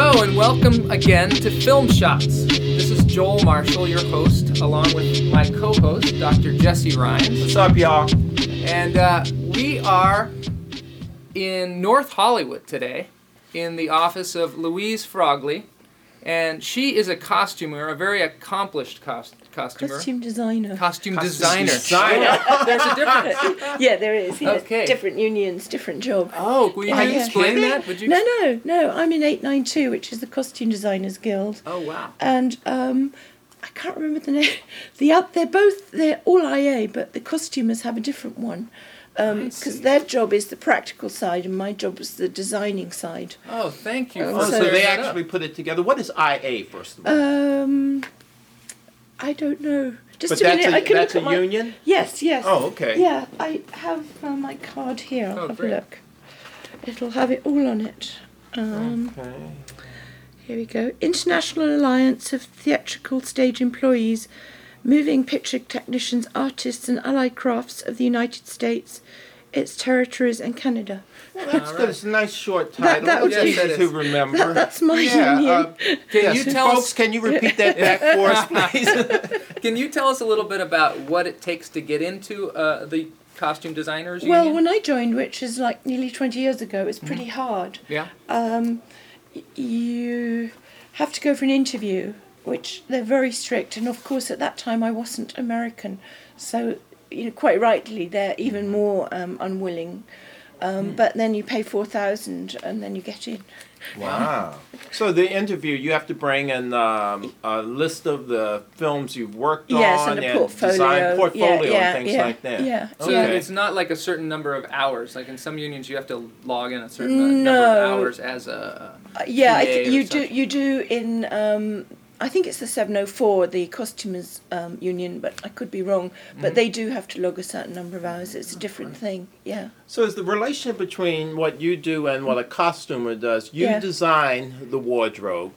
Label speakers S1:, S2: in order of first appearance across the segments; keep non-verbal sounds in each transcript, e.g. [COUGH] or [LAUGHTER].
S1: Welcome again to Film Shots. This is Joel Marshall, your host, along with my co host, Dr. Jesse Ryan.
S2: What's up, y'all?
S1: And uh, we are in North Hollywood today in the office of Louise Frogley. And she is a costumer, a very accomplished cost- costumer.
S3: Costume designer.
S1: Costume
S2: Costume
S1: designer.
S2: designer.
S1: There's a difference.
S3: yeah, there is. yeah.
S1: Okay.
S3: Different unions, different job.
S1: Oh, will you
S3: Are you
S1: explain
S2: kidding?
S1: that? Would you?
S3: No, no, no. I'm in 892, which is the Costume Designers Guild.
S1: Oh, wow.
S3: And um, I can't remember the name. [LAUGHS] The up, they're both, they're all IA, but the costumers have a different one. Because
S1: see.
S3: their job is the practical side, and my job is the designing side.
S1: Oh, thank you.
S3: Oh,
S2: Oh,
S1: for
S2: so
S3: Sorry.
S2: they
S1: clearing that up.
S2: actually put it together. What is IA, first of all?
S3: Um, I don't know. Just
S2: but
S3: a
S2: that's
S3: minute. I
S2: a,
S3: can
S2: that's
S3: look
S2: a
S3: at my-
S2: union?
S3: Yes, yes.
S2: Oh, okay.
S3: Yeah, I have uh, my card here. I'll
S1: Oh,
S3: have
S1: great.
S3: a look. It'll have it all on it. Um,
S2: Okay.
S3: Here we go. International Alliance of Theatrical Stage Employees, Moving Picture Technicians, Artists, and Allied Crafts of the United States, its territories, and Canada.
S2: Well, that's
S1: All
S2: good. It's a nice short
S3: That-
S2: title.
S3: that
S2: it's
S3: would be-
S2: easy
S1: Yes, it
S2: to
S1: is.
S2: remember.
S3: That, that's my
S2: yeah,
S3: union.
S2: uh,
S1: Can
S2: yes,
S1: you tell
S2: folks,
S1: us-
S2: can you repeat that back for us, [LAUGHS] please?
S1: Can you tell us a little bit about what it takes to get into uh, the costume designers
S3: well,
S1: union?
S3: when I joined, which is like nearly 20 years ago, it was pretty hard.
S1: yeah.
S3: um, y- you have to go for an interview, which they're very strict. And of course, at that time, I wasn't American, so you know, quite rightly, they're even more um, unwilling. Um, But then you pay four thousand, and then you get in.
S2: wow. So the interview, you have to bring in um, a list of the films you've worked
S3: yes,
S2: on
S3: and a portfolio,
S2: design portfolio
S3: yeah, yeah,
S2: and things
S3: yeah,
S2: like that.
S3: Yeah.
S1: So
S2: Okay.
S1: it's not like a certain number of hours. Like in some unions, you have to log in a certain uh, number of
S3: No.
S1: hours as a.
S3: Uh, yeah, I
S1: PA
S3: th-
S1: or
S3: you do.
S1: something.
S3: You do in. Um, I think it's the seven hundred four, the costumers um, union, but I could be wrong. But they do have to log a certain number of hours. It's a different thing. Yeah.
S2: So is the relationship between what you do and what a costumer does? You
S3: Yeah.
S2: design the wardrobe,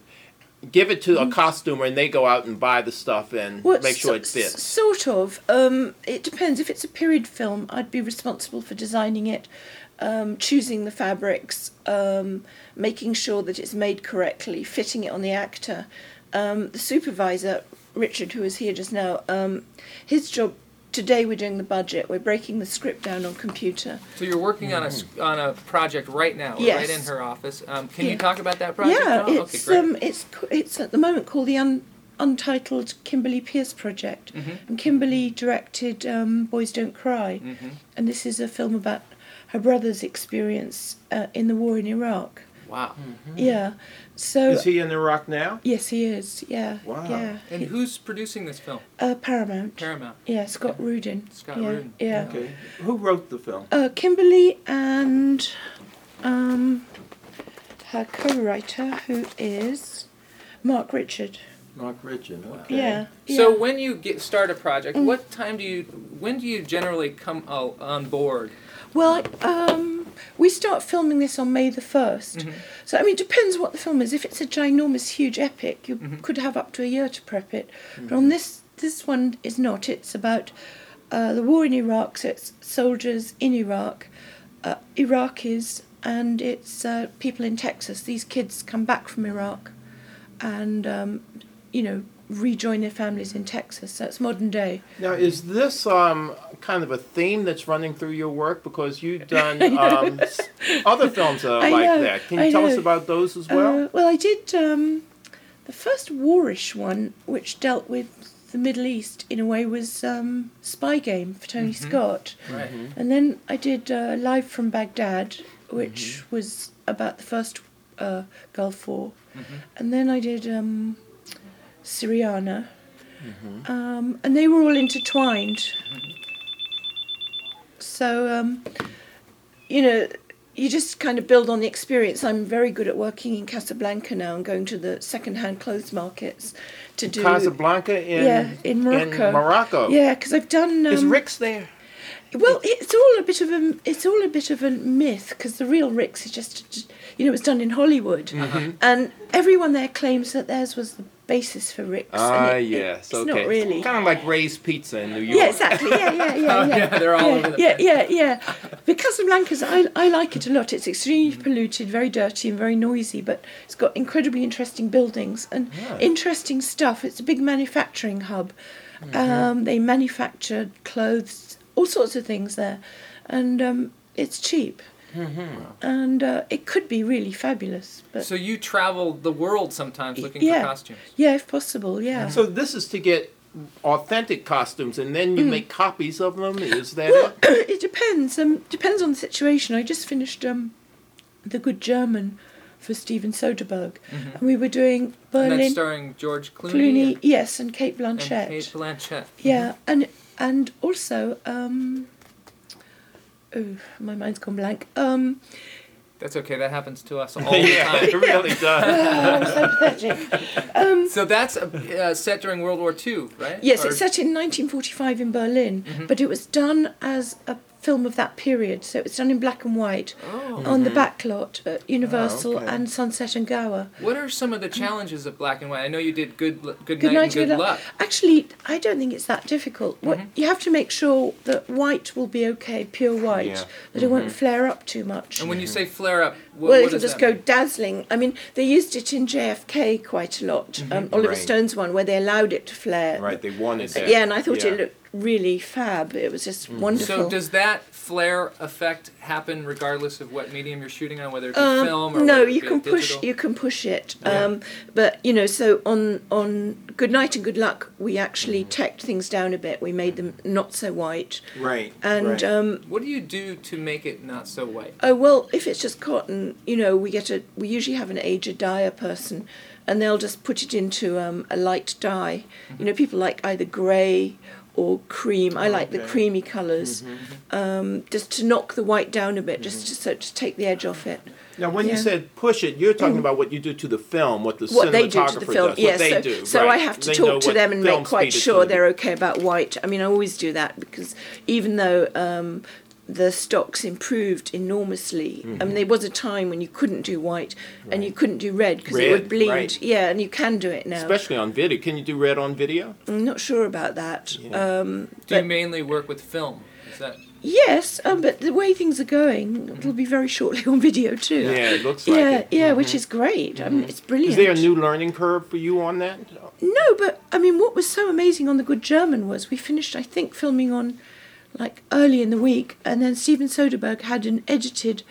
S2: give it to a costumer, and they go out and buy the stuff and
S3: Mm-hmm. Well,
S2: make sure it
S3: so- s-
S2: fits.
S3: Sort of. Um, it depends. If it's a period film, I'd be responsible for designing it, um, choosing the fabrics, um, making sure that it's made correctly, fitting it on the actor. Um, the supervisor, Richard, who is here just now, um, his job today we're doing the budget. We're breaking the script down on computer.
S1: So you're working on a s- on a project right now, We're right
S3: Yes.
S1: in her office. Um, can you
S3: Yeah.
S1: talk about that project?
S3: yeah,
S1: at all?
S3: it's
S1: okay, great.
S3: um, it's c- it's at the moment called the un, Untitled Kimberly Pierce Project,
S2: Mm.
S1: Mm-hmm.
S3: and Kimberly directed um, Boys Don't Cry,
S1: Mm-hmm.
S3: and this is a film about her brother's experience uh, in the war in Iraq.
S1: wow.
S3: Yeah, so
S2: Hmm. Is he in Iraq now?
S3: yes, he is. Yeah,
S2: Wow.
S3: yeah,
S1: And who's producing this film?
S3: uh, Paramount.
S1: Paramount.
S3: yeah, Scott Rudin.
S1: Scott
S3: yeah,
S1: Rudin.
S3: Yeah,
S2: Okay. Who wrote the film?
S3: uh, Kimberly and um, her co-writer, who is Mark Richard.
S2: Mark Richard. Okay.
S3: Yeah. yeah. Mm.
S1: So when you get start a project, what time do you? When do you generally come o- on board?
S3: Well, um, we start filming this on May the 1st. So, I mean, it depends what the film is. If it's a ginormous, huge epic, you could have up to a year to prep it. But on this, this one is not. It's about uh, the war in Iraq, so it's soldiers in Iraq, uh, Iraqis, and it's uh, people in Texas. These kids come back from Iraq and, um, you know, rejoin their families in Texas. So it's modern day.
S2: Now, is this um, kind of a theme that's running through your work? Because
S3: [LAUGHS]
S2: you've done um, s- other films that are
S3: I
S2: like
S3: know,
S2: that. Can you
S3: I
S2: tell us
S3: know.
S2: about those as well?
S3: Uh, well, I did um, the first warish one, which dealt with the Middle East in a way, was um, Spy Game for Tony
S2: Mm-hmm.
S3: Scott.
S1: Right.
S3: And then I did uh, Live from Baghdad, which was about the first uh, Gulf War. And then I did um, Syriana. Um, and they were all intertwined. So, um, you know, you just kind of build on the experience. I'm very good at working in Casablanca now and going to the second-hand clothes markets to do.
S2: Casablanca in,
S3: yeah, in Morocco.
S2: Morocco.
S3: Yeah, because I've done. Um,
S2: Is Rick's there?
S3: well, it's all a bit of a it's all a bit of a myth because the real
S2: Mm-hmm.
S3: Ricks is just you know it was done in Hollywood, and everyone there claims that theirs was the basis for Rick's. and
S2: Ah,
S3: it- it-
S2: yes.
S3: It's
S2: okay.
S3: not really.
S2: Kind of like Ray's Pizza in New York.
S3: Yeah, exactly. Yeah, yeah,
S1: [LAUGHS]
S3: yeah,
S1: Oh,
S3: yeah.
S1: yeah, they're all
S3: yeah,
S1: over the
S3: yeah, yeah, yeah. The Casablancas, I, I like it a lot. It's extremely
S1: Mm-hmm.
S3: polluted, very dirty, and very noisy, but it's got incredibly interesting buildings and
S2: Yeah.
S3: interesting stuff. It's a big manufacturing hub.
S1: Mm-hmm.
S3: Um, they manufacture clothes, all sorts of things there, and um, it's cheap. And uh, it could be really fabulous, but
S1: Mm-hmm. So you travel the world sometimes looking
S3: yeah,
S1: for costumes.
S3: yeah, if possible, yeah.
S2: So this is to get authentic costumes, and then you make copies of them. Is that
S3: Mm-hmm. Well,
S2: [LAUGHS] it?
S3: [COUGHS] it depends. Um, depends on the situation. I just finished um, the Good German for Steven Soderbergh, and we were doing
S1: Mm-hmm. And that's
S3: Berlin,
S1: starring George Clooney,
S3: Clooney,
S1: and-
S3: yes, and Kate
S1: and
S3: Blanchett.
S1: Kate Blanchett. Mm-hmm.
S3: Yeah, and and also, um, oh, my mind's gone blank. Um,
S1: That's okay. That happens to us all the
S2: yeah,
S1: time.
S2: it
S3: [LAUGHS]
S2: really does.
S3: oh, I'm so
S1: [LAUGHS]
S3: pathetic.
S1: So that's uh, set during World War II, right?
S3: Yes,
S1: Or-
S3: it's set in 1945 in Berlin,
S1: Mm-hmm.
S3: but it was done as a film of that period, so it's done in black and white
S1: Oh.
S3: on the back lot at Universal
S2: okay.
S3: and Sunset and Gower.
S1: What are some of the challenges of black and white? I know you did good, Lu- good, night,
S3: Good night,
S1: and good
S3: good
S1: luck.
S3: luck. Actually, I don't think it's that difficult. What
S1: Mm-hmm.
S3: you have to make sure that white will be okay, pure white,
S2: Yeah.
S3: that it won't flare up too much.
S1: Mm-hmm. And when you say flare up, wh-
S3: well,
S1: what
S3: it'll
S1: does
S3: just
S1: that
S3: go
S1: mean?
S3: dazzling. I mean, they used it in JFK quite a lot.
S1: Mm-hmm.
S3: Um, Oliver
S2: Right.
S3: Stone's one, where they allowed it to flare. Uh,
S2: Right, they wanted that.
S3: Yeah, and I thought
S2: Yeah. Mm.
S3: it looked really fab. It was just wonderful.
S1: So does that flare effect happen regardless of what medium you're shooting on, whether it be
S3: Um,
S1: film or
S3: no
S1: whether it
S3: you
S1: be
S3: can push
S1: digital?
S3: you can push it um, but you know so on on good night and good luck we actually
S2: Mm.
S3: tacked things down a bit we made them not so white
S2: Right.
S3: and
S2: right.
S3: um,
S1: What do you do to make it not so white?
S3: oh well if it's just cotton you know we get a we usually have an aged dyer person and they'll just put it into um, a light dye you know people like either grey or cream i like the
S2: Okay.
S3: creamy colors um, just to knock the white down a bit just to, so, to take the edge off it
S2: now, when you
S3: yeah. Mm-hmm.
S2: said push it, you're talking about what you do to the film, what the
S3: what
S2: cinematographer
S3: they do to the film.
S2: does,
S3: yes,
S2: what they
S3: so,
S2: do.
S3: so
S2: right.
S3: I have to
S2: They know
S3: talk to
S2: what
S3: them and
S2: film
S3: make quite
S2: speed it's
S3: sure
S2: gonna be.
S3: they're okay about white. I mean, I always do that because even though um, the stocks improved enormously, I
S2: Mm-hmm.
S3: mean, there was a time when you couldn't do white and you couldn't do red because it
S2: Red,
S3: would bleed.
S2: right.
S3: Yeah, and you can do it now.
S2: Especially on video. Can you do red on video?
S3: I'm not sure about that. Um,
S1: Do you
S3: but-
S1: mainly work with film? Is that
S3: yes, um, but the way things are going, it'll be very shortly [LAUGHS] on video too.
S2: Yeah, it looks like
S3: Yeah,
S2: it. Mm-hmm.
S3: yeah, which is great. I mean, it's brilliant.
S2: Is there a new learning curve for you on that?
S3: No, but I mean, what was so amazing on The Good German was we finished, I think, filming on like early in the week, and then Steven Soderbergh had an edited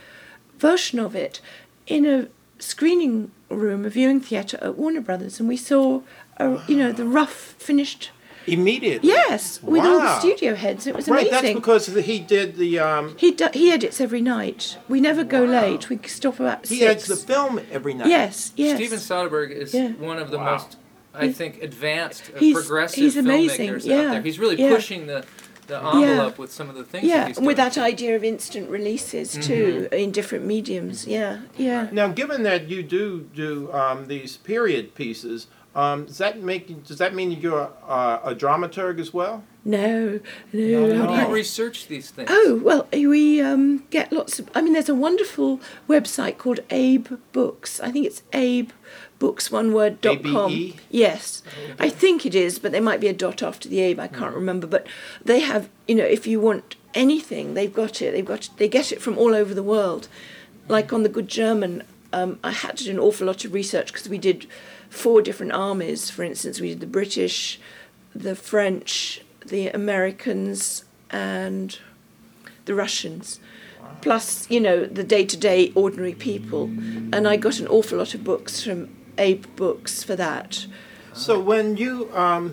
S3: version of it in a screening room, a viewing theatre at Warner Brothers, and we saw, a, you know, the rough finished.
S2: Immediately.
S3: Yes, with all the
S2: Wow.
S3: studio heads, it was
S2: Right,
S3: amazing.
S2: that's because he did the um,
S3: he do, he edits every night. We never go
S2: Wow.
S3: late. We stop about
S2: he
S3: six.
S2: edits the film every night.
S3: Yes, yes.
S1: Steven Soderbergh is
S3: Yeah.
S1: one of the
S2: Wow.
S1: most, I think, advanced, uh,
S3: He's-
S1: progressive
S3: he's
S1: filmmakers
S3: amazing,
S1: out
S3: yeah,
S1: there. He's really
S3: yeah.
S1: pushing the, the envelope with some of the things that
S3: yeah,
S1: he's
S3: and with
S1: doing.
S3: that idea of instant releases too
S2: Mm-hmm.
S3: in different mediums. Yeah, yeah.
S2: Now, given that you do do um, these period pieces, um, does that make does that mean you're uh, a dramaturg as well?
S3: No, no.
S2: No,
S3: I'd
S1: How do
S3: like-
S1: you research these things?
S3: Oh well, we um, get lots of. I mean, there's a wonderful website called Abe Books. I think it's Abe Books one word dot com.
S2: ABE?
S3: Yes, I think it is, but there might be a dot after the Abe. I can't remember, but they have. You know, if you want anything, they've got it. They've got. They get it from all over the world. Like on the Good German, um, I had to do an awful lot of research because we did four different armies. For instance, we did the British, the French, the Americans, and the Russians, plus, you know, the day to day ordinary people. And I got an awful lot of books from Abe Books for that. Uh-huh.
S2: So when you um,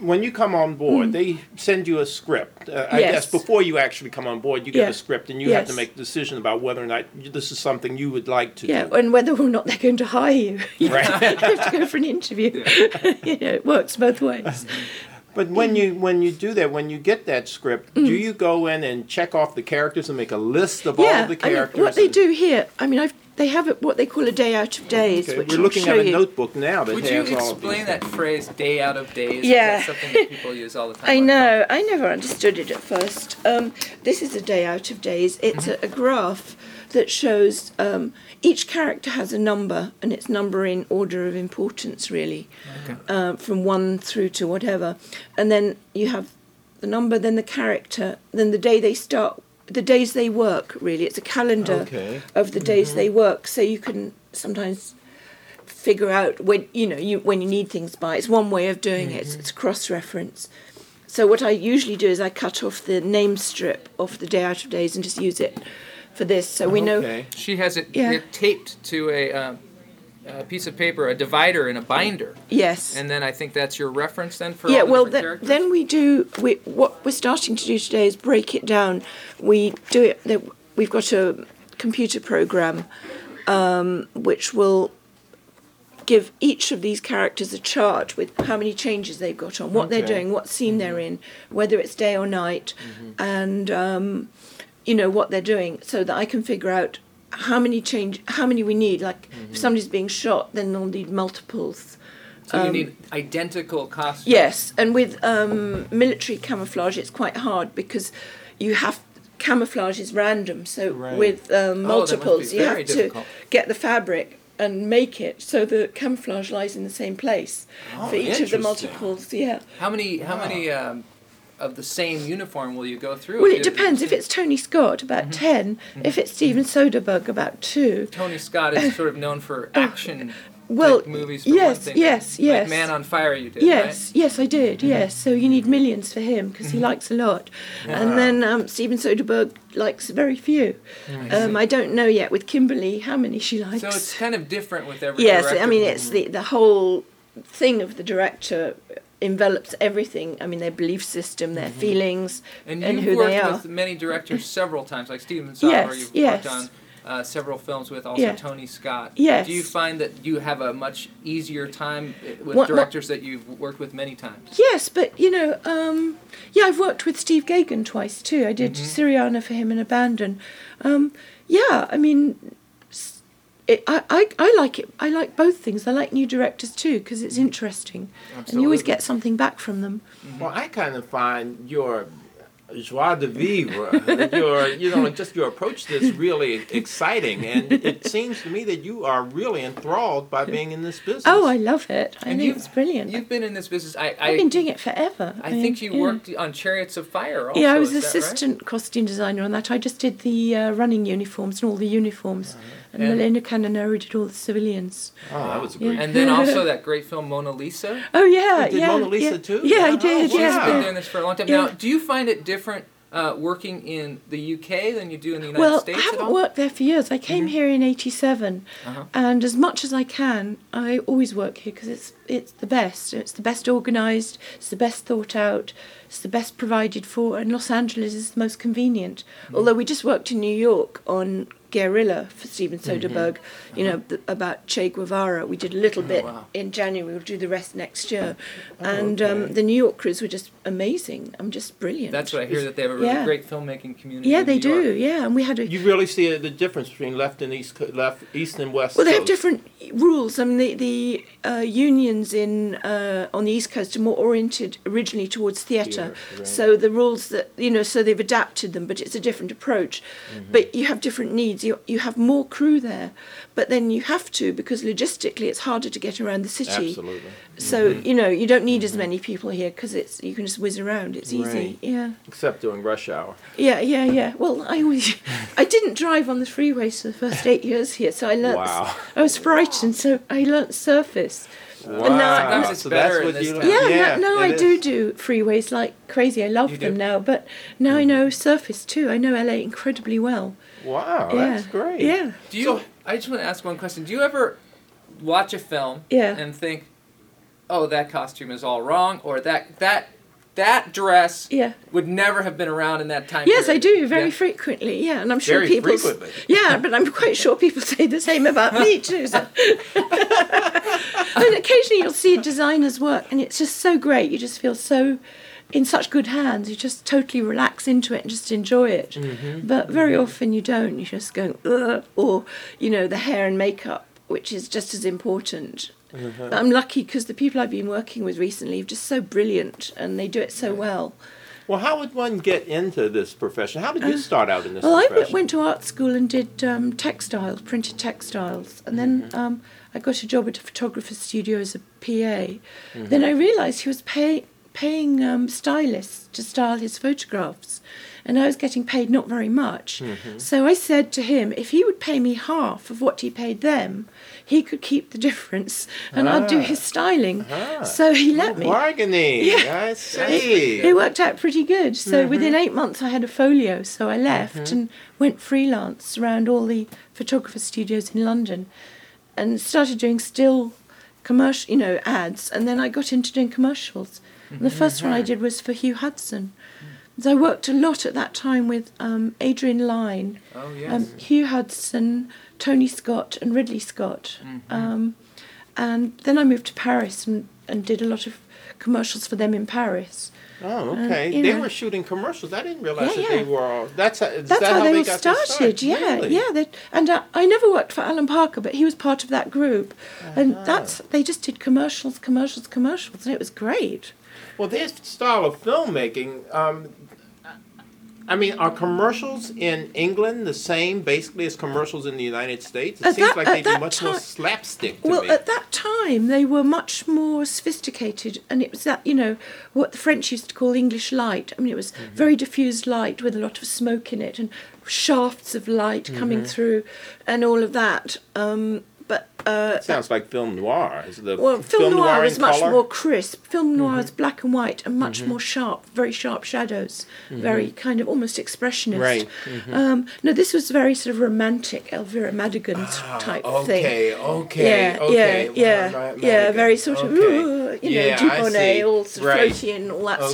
S2: when you come on board, they send you a script. Uh, I
S3: Mm-hmm. Yes.
S2: guess before you actually come on board, you get
S3: Yeah.
S2: a script, and you have to
S3: Yes.
S2: make a decision about whether or not you- this is something you would like to
S3: Yeah,
S2: do.
S3: and whether or not they're going to hire you, [LAUGHS] you
S2: Right.
S3: have to go for an interview. [LAUGHS] you know, it works both
S2: [LAUGHS]
S3: ways.
S2: but
S3: Mm.
S2: when you when you do that, when you get that script, do you go in and check off the characters and make a list of all
S3: yeah,
S2: the
S3: I mean,
S2: characters?
S3: what they
S2: and-
S3: do here, I mean, I've, they have a, what they call a day out of days,
S2: Okay,
S3: which
S2: we're
S3: I'll
S2: looking
S3: show
S2: at a
S3: you.
S2: notebook now that
S1: Would you
S2: has all of these
S1: explain
S2: things.
S1: that phrase "day out of days"?
S3: Yeah.
S1: Is that something that people use all the time.
S3: [LAUGHS] I
S1: on
S3: know. I never understood it at first. Um, this is a day out of days. It's a, a graph. that shows um, each character has a number and it's number in order of importance, really,
S1: Okay.
S3: uh, from one through to whatever. And then you have the number, then the character, then the day they start, the days they work, really. It's a calendar
S2: Okay.
S3: of the days they work, so you can sometimes figure out when you know you when you need things by. It's one way of doing it. It's, it's cross reference. So what I usually do is I cut off the name strip of the day out of days and just use it for this, so we know.
S2: Okay.
S1: She has it,
S3: Yeah.
S1: it taped to a, um, a piece of paper, a divider and a binder.
S3: Yes.
S1: And then I think that's your reference then for
S3: yeah,
S1: all the
S3: well,
S1: different
S3: th-
S1: characters?
S3: then we do. We, what we're starting to do today is break it down. We do it. that- We've got a computer program um, which will give each of these characters a chart with how many changes they've got on, what they're
S2: Okay.
S3: doing, what scene they're in,
S1: Mm-hmm.
S3: whether it's day or night, and um, you know what they're doing, so that I can figure out how many change, how many we need. Like
S1: Mm-hmm.
S3: if somebody's being shot, then they'll need multiples.
S1: So you
S3: um,
S1: need identical costumes.
S3: Yes, and with um, military camouflage, it's quite hard because you have camouflage is random. So
S2: Right.
S3: with um,
S1: Oh, that must be
S3: multiples, you
S1: very
S3: have
S1: difficult.
S3: to get the fabric and make it so the camouflage lies in the same place
S2: Oh,
S3: for each of the
S2: interesting.
S3: multiples. Yeah.
S1: How many?
S3: Ah.
S1: How many um, of the same uniform will you go through?
S3: Well,
S1: If-
S3: it depends. If it's Tony Scott, about
S1: Mm-hmm.
S3: 10 If it's Steven Soderbergh, about two.
S1: Tony Scott is sort of known for
S3: [COUGHS]
S1: action.
S3: Well,
S1: like movies. For one
S3: yes,
S1: thing.
S3: yes,
S1: Like
S3: yes.
S1: Man on Fire, you did. Mm-hmm.
S3: Yes, yes, I did. Yes, so you need millions for him because he likes a lot, and then um, Steven Soderbergh likes very few. um, I don't know yet with Kimberly how many she likes.
S1: Right? So
S3: [LAUGHS]
S1: it's kind of different with every.
S3: yes, I
S1: director.
S3: mean it's the the whole thing of the director envelops everything. I mean their belief system,
S1: Mm-hmm.
S3: their feelings,
S1: And
S3: and,
S1: you've
S3: who
S1: worked
S3: they are.
S1: with many
S3: [COUGHS]
S1: directors several times, like Steven Soderbergh.
S3: Yes,
S1: you've
S3: yes.
S1: worked on uh, several films with, also
S3: Yeah.
S1: Tony Scott.
S3: Yes.
S1: Do you find that you have a much easier time uh, with
S3: What- what-
S1: directors that you've worked with many times?
S3: Yes, but you know, um, yeah, I've worked with Steve Gagan twice too.
S1: Mm-hmm.
S3: I did Syriana for him and Abandon. Um, yeah, I mean, s- it, I, I I like it. I like both things. I like new directors too because it's interesting, and you always
S1: Mm. Absolutely.
S3: get something back from them.
S2: Mm-hmm. Well, I kind of find your joie de vivre, [LAUGHS] your you know, and just your approach to this really exciting, and
S3: [LAUGHS]
S2: it seems to me that you are really enthralled by being in this business.
S3: Oh, I love it. I
S1: And
S3: think
S1: you've-
S3: it's brilliant.
S1: You've been in this business. I, I
S3: I've been doing it forever.
S1: I
S3: mean,
S1: think you
S3: yeah.
S1: worked on Chariots of Fire. Also,
S3: yeah, I was
S1: is that right?
S3: assistant costume designer on that. I just did the uh, running uniforms and all the uniforms, and,
S1: Uh-huh. And-
S3: Milena Canoneri did all the civilians.
S2: Oh, that was a
S3: Yeah.
S2: great.
S3: [LAUGHS]
S1: And then also that great film Mona Lisa.
S3: Oh yeah,
S2: You did
S3: yeah.
S2: Mona Lisa
S3: yeah.
S2: too?
S3: Yeah, I
S2: Oh,
S3: did.
S1: She's
S2: wow.
S1: been
S3: yeah.
S1: doing this for a long time. Now,
S3: Yeah.
S1: do you find it different uh, working in the UK than you do in the United
S3: Well, I
S1: States at
S3: haven't
S1: all?
S3: worked there for years. I
S2: Mm-hmm.
S3: came here in '87,
S2: Uh-huh.
S3: and as much as I can, I always work here because it's it's the best. It's the best organised. It's the best thought out. It's the best provided for, and Los Angeles is the most convenient.
S2: Mm-hmm.
S3: Although we just worked in New York on Guerrilla for Steven
S2: Mm-hmm.
S3: Soderbergh, you
S2: Uh-huh.
S3: know th- about Che Guevara. We did a
S2: Oh,
S3: little bit
S1: wow.
S3: in January. We'll do the rest next year, and um, the New York crews were just amazing. I'm just brilliant.
S1: That's what I hear that they have a really
S3: Yeah.
S1: great filmmaking community.
S3: Yeah,
S1: in
S3: they
S1: New
S3: do.
S1: York.
S3: Yeah, and we had a
S2: You really see the difference between left and east, co- left, east and west.
S3: well, they have
S2: coast.
S3: different rules. I mean, the the uh, unions in uh, on the East Coast are more oriented originally towards theatre,
S2: Theatre, right.
S3: so the rules that you know, so they've adapted them, but it's a different approach.
S2: Mm-hmm.
S3: But you have different needs. You you have more crew there, but then you have to because logistically it's harder to get around the city.
S2: Absolutely. Mm-hmm.
S3: So you know you don't need as many people here because it's you can just whiz around. It's
S2: Right.
S3: easy. Yeah.
S2: Except during rush hour.
S3: Yeah, yeah, yeah. Well, I always, [LAUGHS] I didn't drive on the freeways for the first eight years here, so I learnt.
S2: Wow.
S3: I was frightened, so I learnt surface.
S2: Wow.
S3: now-
S1: Sometimes it's better in this town.
S3: Yeah, no, no I
S2: it
S3: do
S2: is.
S3: do freeways like crazy. I love
S1: You
S3: them
S1: do?
S3: now, but now
S2: Mm.
S3: I know surface too. I know LA incredibly well.
S2: Wow,
S3: yeah,
S2: Oh, that's great.
S3: Yeah.
S1: Do you?
S2: So-
S1: I just want to ask one question. Do you ever watch a film
S3: Yeah.
S1: and think, "Oh, that costume is all wrong," or that that that dress
S3: Yeah.
S1: would never have been around in that time?
S3: Yes, I
S1: period?
S3: do very
S1: Yeah.
S3: frequently. Yeah, and I'm sure
S2: Very
S3: people. s-
S2: frequently.
S3: Yeah, but I'm quite sure people [LAUGHS] say the same about me too. So. and occasionally you'll see a designer's work, and it's just so great. You just feel so in such good hands. You just totally relax into it and just enjoy it. But very often you don't. You're just going, Ugh, or you know, the hair and makeup, which is just as important. But I'm lucky because the people I've been working with recently are just so brilliant, and they do it so well.
S2: Well, how would one get into this profession? How did you start out in this
S3: Uh, Well, I w-
S2: profession?
S3: went to art school and did um, textiles, printed textiles, and then
S2: Mm-hmm.
S3: um, I got a job at a photographer's studio as a PA.
S2: Mm-hmm.
S3: Then I realised he was pay- paying um, stylists to style his photographs, and I was getting paid not very much.
S2: Mm-hmm.
S3: So I said to him, if he would pay me half of what he paid them, he could keep the [LAUGHS] difference, and I'd do
S2: Ah.
S3: his styling.
S2: Ah.
S3: So he let me.
S2: Bargaining.
S3: Yeah.
S2: I see.
S3: It worked out pretty good. So within eight months, I had a folio. So I left and went freelance around all the photographer studios in London, and started doing still commercial, you know, ads. And then I got into doing commercials. And the first one I did was for Hugh Hudson. So I worked a lot at that time with um, Adrian Lyne,
S1: Oh
S3: um,
S1: yes.
S3: Hugh Hudson, Tony Scott, and Ridley Scott. Um, and then I moved to Paris and, and did a lot of commercials for them in Paris.
S2: Oh,
S3: Uh,
S2: okay.
S3: you
S2: they
S3: know.
S2: were shooting commercials. I didn't realize
S3: Yeah,
S2: that
S3: yeah.
S2: they were all. That's how, is
S3: That's
S2: that
S3: how, they, were
S2: got their
S3: started.
S2: start?
S3: Yeah,
S2: Really?
S3: yeah. They, and I, I never worked for Alan Parker, but he was part of that group,
S2: Uh-huh.
S3: and that's they just did commercials, commercials, commercials, and it was great.
S2: Well, this style of filmmaking. Um, I mean, are commercials in England the same, basically, as commercials in the United States? It
S3: At
S2: seems
S3: that-
S2: like
S3: at
S2: they'd be
S3: that
S2: much more
S3: ti-
S2: slapstick to
S3: Well,
S2: me.
S3: at that time they were much more sophisticated, and it was that you know what the French used to call English light. I mean, it was
S2: Mm-hmm.
S3: very diffused light with a lot of smoke in it and shafts of light coming
S2: Mm-hmm.
S3: through, and all of that. Um, but uh,
S2: It sounds like film noir. Is the
S3: Well, film, noir, is
S2: in Mm-hmm.
S3: much
S2: color?
S3: more crisp. Film noir is black and white and much more sharp, very sharp shadows, very kind of almost expressionist.
S2: Mm-hmm. Right, Mm-hmm.
S3: Um, no, this was very sort of romantic Elvira Madigan
S2: Ah,
S3: type thing.
S2: okay, okay,
S3: yeah,
S2: okay.
S3: yeah, yeah,
S2: Well, I'm
S3: yeah.
S2: not
S3: Very
S2: against-
S3: sort of,
S2: okay.
S3: ooh, you
S2: Yeah, I
S3: know, Dubonnet,
S2: see.
S3: all sort of
S2: Right.
S3: floaty and all that
S2: Okay.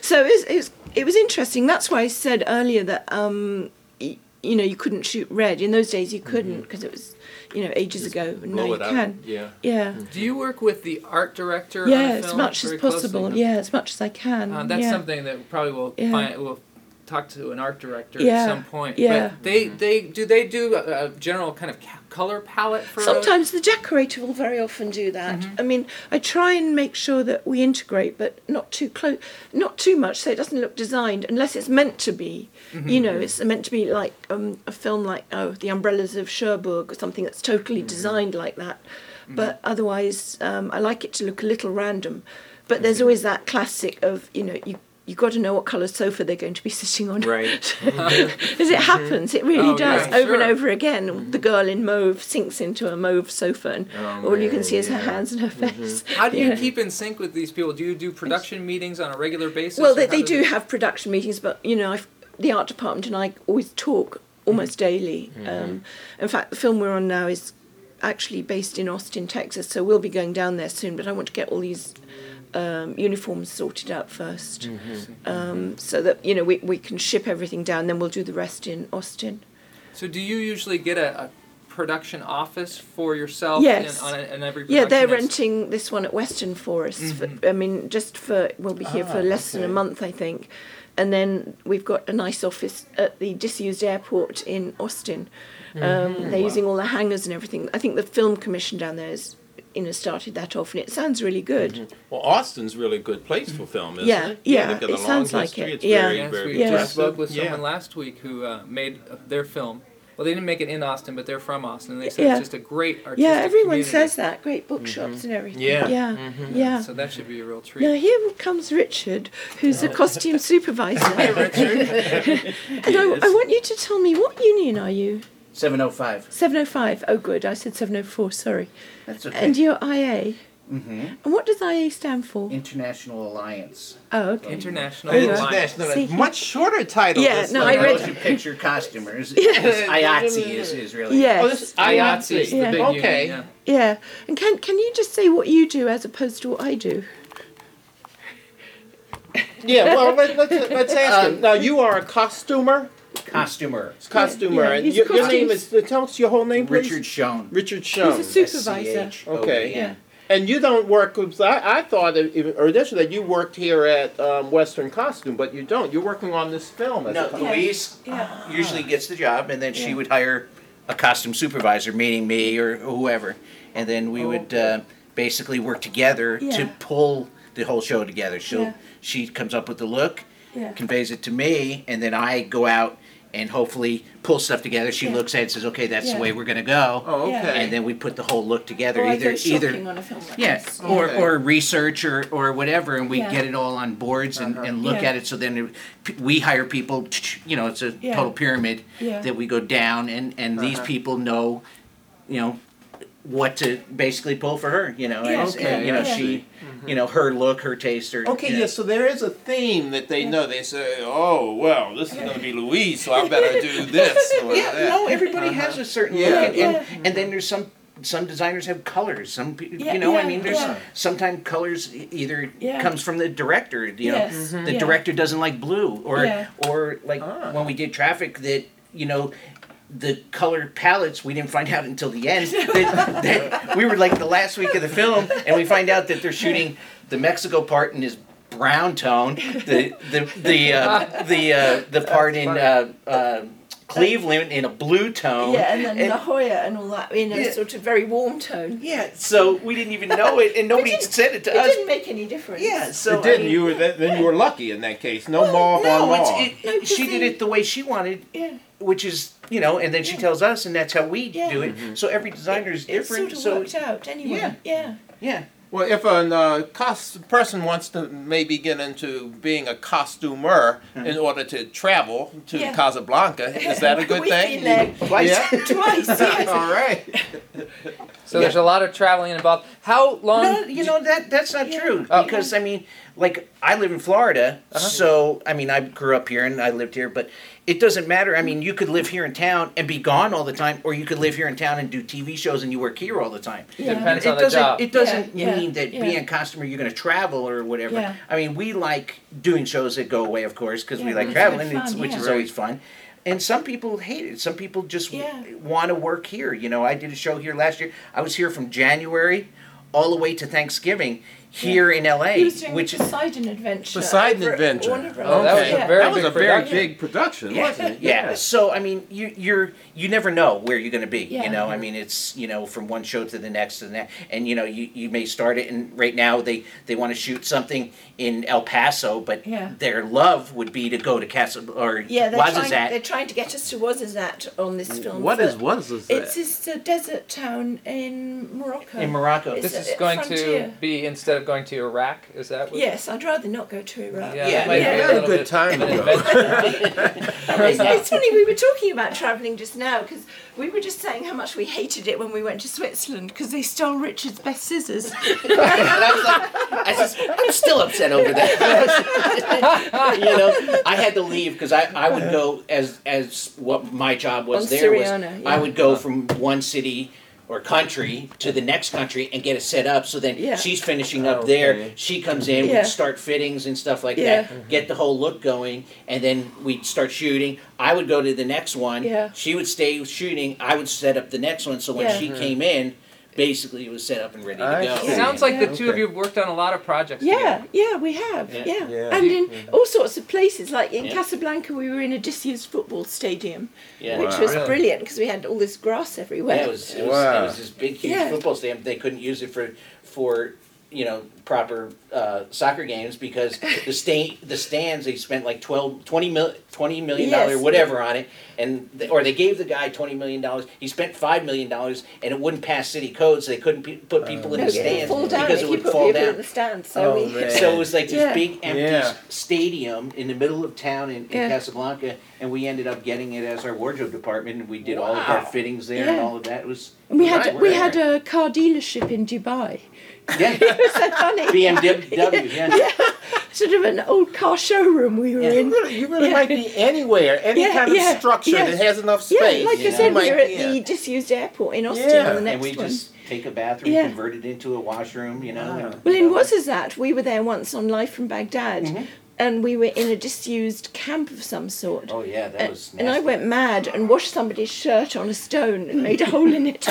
S3: stuff. So it was, it was, it was interesting. That's why I said earlier that, um, y- you know, you couldn't shoot red. In those days, you couldn't because it was, you know, ages ago. And
S2: Mm-hmm. Blow
S3: now you
S2: it up.
S3: can.
S2: Yeah.
S3: Yeah.
S1: Do you work with the art director? on a
S3: Yeah, as
S1: film
S3: much as
S1: very
S3: possible.
S1: closely?
S3: Yeah, as much as I can.
S1: Uh, that's
S3: yeah.
S1: something that probably we'll
S3: Yeah.
S1: find. We'll talk to an art director at
S3: Yeah,
S1: some point.
S3: yeah.
S1: But they they do they do a, a general kind of ca- color palette for. Mm-hmm.
S3: Sometimes the decorator will very often do that. I mean, I try and make sure that we integrate, but not too close, not too much, so it doesn't look designed unless it's meant to be.
S1: Mm-hmm.
S3: You know, it's meant to be like um, a film like oh, The Umbrellas of Cherbourg or something that's totally
S1: Mm-hmm.
S3: designed like that. But otherwise, um, I like it to look a little random. But there's always that classic of you know you. You've got to know what colour sofa they're going to be [LAUGHS] sitting on. [LAUGHS]
S2: Right.
S3: Because it happens, it really
S1: Mm-hmm. Oh,
S3: does,
S1: yeah,
S3: over and
S1: sure.
S3: over again. The girl in mauve sinks into a mauve sofa, and
S2: Oh,
S3: all you
S2: man,
S3: can see is her
S2: yeah.
S3: hands and her face.
S1: Mm-hmm. How do you
S3: Yeah.
S1: keep in sync with these people? Do you do production meetings on a regular basis?
S3: Well,
S1: or
S3: they,
S1: how
S3: they
S1: does
S3: do
S1: it-
S3: have production meetings, but you know, I've, the art department and I always talk almost
S1: Mm-hmm.
S3: daily. Um, in fact, the film we're on now is actually based in Austin, Texas, so we'll be going down there soon. But I want to get all these um, uniforms sorted out 1st
S1: Mm-hmm.
S3: um, so that you know we, we can ship everything down. Then we'll do the rest in Austin.
S1: So, do you usually get a, a production office for yourself?
S3: Yes.
S1: In, on a, in every
S3: Yeah,
S1: production?
S3: they're
S1: It's-
S3: renting this one at Western for us.
S1: Mm-hmm.
S3: For, I mean, just for we'll be here
S2: Ah,
S3: for less than
S2: okay.
S3: a month, I think. And then we've got a nice office at the disused airport in Austin. Um,
S1: Mm-hmm.
S3: They're using all the hangars and everything. I think the film commission down there is, you know, started that off, and it sounds really good.
S1: Mm-hmm.
S2: Well, Austin's really a good place for film, isn't
S3: Yeah,
S2: it?
S3: yeah,
S2: they've got
S3: it
S2: a long
S3: sounds like
S2: history.
S3: it,
S2: It's
S3: yeah.
S2: very,
S1: Yes,
S2: very
S1: we
S3: Yeah.
S1: just spoke with
S2: yeah.
S1: someone last week who uh, made uh, their film. Well, they didn't make it in Austin, but they're from Austin. and They said
S3: Yeah.
S1: it's just a great artistic
S3: Yeah, everyone
S1: community. Mm-hmm.
S3: says that. Great bookshops and everything.
S2: Yeah.
S3: yeah, yeah.
S1: So that should be a Oh. real treat.
S3: Now here comes Richard, who's a
S1: [LAUGHS]
S3: costume supervisor, [LAUGHS] and I, I want you to tell me what union are you?
S4: 705.
S3: 705. Oh, good. I said 704. Sorry.
S4: That's okay.
S3: And you're IA.
S4: Mhm.
S3: And what does IA stand for?
S4: International Alliance.
S3: oh, okay.
S1: International. Alliance.
S2: International.
S3: See?
S2: Much shorter title.
S3: Yeah,
S2: this
S3: no,
S2: time.
S3: I read-
S4: Those who picture costumers.
S3: [LAUGHS]
S4: It's IATSE is, is really.
S2: Oh, this is
S3: Yes.
S1: IATSE
S2: IATSE.
S1: is the big union,
S2: Okay.
S1: yeah.
S3: Yeah. And can can you just say what you do as opposed to what I do?
S2: Yeah, well, let, let's, let's
S3: [LAUGHS]
S2: ask him. Now, you are a costumer.
S4: Costumer.
S2: Costumer.
S3: Um, Yeah,
S2: and
S3: he's
S2: your,
S3: a
S2: your name is. uh,
S3: costumes-
S2: Tell us your whole name, please.
S4: Richard Schoen.
S2: Richard Schoen.
S3: He's a supervisor.
S2: Okay.
S4: Yeah.
S2: And you don't work with. I, I thought it- it- or initially that you worked here at um, Western Costume, but you don't. You're working on this film. As
S4: No,
S2: a
S4: Louise
S3: Yeah.
S4: usually gets the job, and then she would hire a costume supervisor, meaning me or whoever, and then we would uh, basically work together
S3: Oh. Yeah.
S4: to pull the whole show together. She'll
S3: Yeah.
S4: she comes up with the look.
S3: Yeah.
S4: conveys it to me, and then I go out and hopefully pull stuff together. She
S3: Yeah.
S4: looks at it and says, "Okay, that's
S3: Yeah.
S4: the way we're going to go,"
S2: Oh, okay.
S3: Yeah.
S4: and then we put the whole look together.
S3: Or I
S4: either
S3: go
S4: either
S3: shopping on a film like
S4: yeah,
S3: this.
S4: or,
S2: Okay.
S4: or research or, or whatever, and we
S3: Yeah.
S4: get it all on boards and,
S2: Uh-huh.
S4: and look
S3: Yeah.
S4: at it. So then it- p- we hire people, you know, it's a
S3: Yeah.
S4: total pyramid
S3: Yeah.
S4: that we go down, and, and these
S2: Uh-huh.
S4: people know, you know, what to basically pull for her, you know,
S3: Yeah.
S4: as-
S2: Okay,
S4: and, you know,
S2: I
S4: she,
S2: see.
S4: you know, her look, her taste, her.
S2: Okay,
S4: you
S2: yeah.
S4: know.
S2: so there is a theme that they know. They say, oh, well, this is going to be Louise, so I better
S3: [LAUGHS]
S2: do this. Or
S4: Yeah,
S2: that.
S4: no, everybody has a certain
S2: Yeah.
S4: look, and, and,
S3: Uh-huh. Yeah.
S4: and then there's some some designers have colors. Some pe-
S3: Yeah,
S4: you know, I
S3: yeah,
S4: mean, there's
S3: yeah.
S4: sometimes colors e- either
S3: Yeah.
S4: comes from the director. You know,
S3: Yes, Mhm.
S4: the
S3: yeah.
S4: director doesn't like blue, or
S3: Yeah.
S4: or like
S2: Ah.
S4: when we did traffic that you know. The color palettes we didn't find out until the
S3: [LAUGHS]
S4: end. That, that we were like the last week of the film, and we find out that they're shooting the Mexico part in his brown tone, the the the uh, the uh, the part in uh, uh, Cleveland in a blue tone.
S3: Yeah, and then
S4: And-
S3: La Jolla and all that in a
S4: Yeah.
S3: sort of very warm tone.
S4: yeah, so we didn't even know it, and nobody
S3: didn't-
S4: said it to
S3: It
S4: us.
S3: didn't make any difference.
S4: Yeah, so
S2: It didn't. You were that, then you were lucky in that case. No
S4: I
S2: mauve
S4: mean, no,
S2: on mauve.
S4: it's, it,
S3: No, 'cause
S4: she did
S3: they-
S4: it the way she wanted,
S3: Yeah.
S4: which is you know, and then she
S3: Yeah.
S4: tells us, and that's how we
S3: Yeah.
S4: do it. So every designer is
S3: It
S4: different.
S3: sort of
S4: so
S3: worked out anyway.
S4: Yeah.
S3: yeah.
S4: yeah,
S2: Well, if a uh, cost- person wants to maybe get into being a costumer
S1: Mm-hmm.
S2: in order to travel to
S3: Yeah.
S2: Casablanca, is that
S3: [LAUGHS]
S2: a good
S3: We've
S2: thing?
S3: been there
S4: Twice.
S2: Yeah.
S4: [LAUGHS]
S3: twice. [LAUGHS]
S2: [LAUGHS]
S3: yes.
S2: All right.
S1: So there's a lot of traveling involved. How long?
S4: No, you know that that's not
S3: Yeah.
S4: true
S1: Oh.
S4: because I mean, like I live in Florida, so I mean I grew up here and I lived here, but it doesn't matter. I mean, you could live here in town and be gone all the time, or you could live here in town and do TV shows and you work here all the time.
S3: Yeah.
S1: Depends
S4: it
S1: on the
S4: doesn't.
S1: job.
S4: It doesn't
S3: Yeah, yeah,
S4: mean that
S3: yeah.
S4: being a customer you're going to travel or whatever.
S3: Yeah.
S4: I mean, we like doing shows that go away, of course, because we
S3: Yeah,
S4: like
S3: it's
S4: traveling,
S3: really
S4: it's,
S3: fun,
S4: which
S3: yeah.
S4: is always fun. And some people hate it. Some people just
S3: Yeah.
S4: want to work here. You know, I did a show here last year. I was here from January all the way to Thanksgiving here
S3: He
S4: in
S3: was
S4: LA,
S3: doing
S4: which
S3: which
S4: is
S3: Poseidon Adventure.
S2: Poseidon
S3: over at
S2: Adventure.
S3: Warner Bros.
S1: Oh, that was a
S3: yeah.
S1: very
S2: that was
S1: big
S2: a very
S1: production.
S2: big production,
S4: yeah,
S2: wasn't it?
S4: yeah. So I mean, you you're you never know where you're going to be.
S3: Yeah.
S4: You know, I mean, it's you know from one show to the next to the next, and you know you, you may start it, and right now they they want to shoot something in El Paso, but
S3: Yeah.
S4: their love would be to go to Castle or
S3: Yeah, they're trying, they're
S4: Wazazat.
S3: trying to get us to Wazazat on this film.
S2: Mm, What
S3: but
S2: is what is that?
S3: It's this uh, desert town in Morocco.
S4: in Morocco.
S3: It's-
S1: This
S3: Is
S1: is
S3: it
S1: going
S3: frontier?
S1: to be instead of going to Iraq. Is that what?
S3: Yes, I'd rather not go to uh, Iraq.
S1: Yeah,
S4: Yeah,
S1: that might
S3: yeah.
S1: be
S3: Yeah,
S1: a
S3: a [LAUGHS]
S1: little
S2: good
S1: bit
S2: time
S1: of an
S2: ago.
S1: adventure.
S3: It's, it's funny, we were talking about travelling just now because we were just saying how much we hated it when we went to Switzerland because they stole Richard's best scissors.
S4: And I was like, I just, I'm still upset over that. [LAUGHS] you know, I had to leave because I, I would go as as what my job was
S3: On
S4: there was
S3: Syriana, yeah.
S4: I would go from one city or country to the next country and get it set up so then
S3: Yeah.
S4: she's finishing up
S2: Okay. Mm-hmm.
S4: there she comes in
S3: Yeah.
S4: we'd start fittings and stuff like
S3: Yeah.
S4: that get the whole look going and then we'd start shooting i would go to the next one
S3: Yeah.
S4: she would stay shooting i would set up the next one so when
S3: Yeah.
S4: she came in basically it was set up and ready to
S2: Mm-hmm. I
S4: go
S2: see.
S1: It sounds like the
S2: Yeah.
S1: two of you have worked on a lot of projects.
S3: Yeah,
S1: together.
S3: yeah, we have.
S4: Yeah.
S3: Yeah.
S2: Yeah.
S3: And in all sorts of places, like in
S4: Yeah.
S3: Casablanca, we were in a disused football stadium,
S4: yeah.
S3: which
S2: Wow.
S3: was
S1: Really?
S3: brilliant because we had all this grass everywhere.
S4: Yeah, it was it was,
S2: Wow.
S4: it was this big huge
S3: Yeah.
S4: football stadium. They couldn't use it for for you know proper uh, soccer games because
S3: [LAUGHS]
S4: the sta- the stands they spent like 12 20 mil- 20 million
S3: Yes.
S4: dollar whatever on it and th- or they gave the guy 20 million dollars he spent 5 million dollars and it wouldn't pass city code so they couldn't pe- put people in
S3: No,
S4: the
S3: it would
S4: stands
S3: fall down
S4: because
S3: if
S4: it
S3: you
S4: would
S3: put
S4: fall
S3: people in
S4: down
S3: the stands. So
S2: Oh,
S3: we,
S2: man.
S4: so it was like this
S3: Yeah.
S4: big empty
S2: Yeah.
S4: s- stadium in the middle of town in, in
S3: Yeah.
S4: Casablanca, and we ended up getting it as our wardrobe department, and we did all of
S2: Wow.
S4: our fittings there and
S3: Yeah.
S4: all of that. It was
S3: and we had
S4: Right,
S3: we
S4: right,
S3: had
S4: right.
S3: a car dealership in Dubai. [LAUGHS]
S4: yeah,
S3: It's so
S4: [LAUGHS]
S3: funny.
S4: BMW. Yeah,
S3: sort of an old car showroom we were
S4: Yeah.
S3: in.
S2: You really, you really
S3: Yeah.
S2: might be anywhere, any
S3: Yeah,
S2: kind of
S3: yeah,
S2: structure
S3: yeah.
S2: that has enough
S3: Yeah,
S2: space.
S3: like
S4: Yeah.
S3: I said, we
S2: might
S3: were
S2: be
S3: at E
S2: in.
S3: the disused airport in Austin
S2: Yeah.
S3: on the next
S4: and we
S3: one.
S4: just take a bathroom,
S3: Yeah.
S4: convert it into a washroom. You know. and- Oh,
S3: Well, in Wazazat, we were there once on Live from Baghdad,
S4: Mm-hmm.
S3: and we were in a disused camp of some sort.
S4: Oh yeah, that was.
S3: Uh, and I
S4: nasty.
S3: went mad and washed somebody's shirt on a stone and made a hole in
S4: [LAUGHS]
S3: it.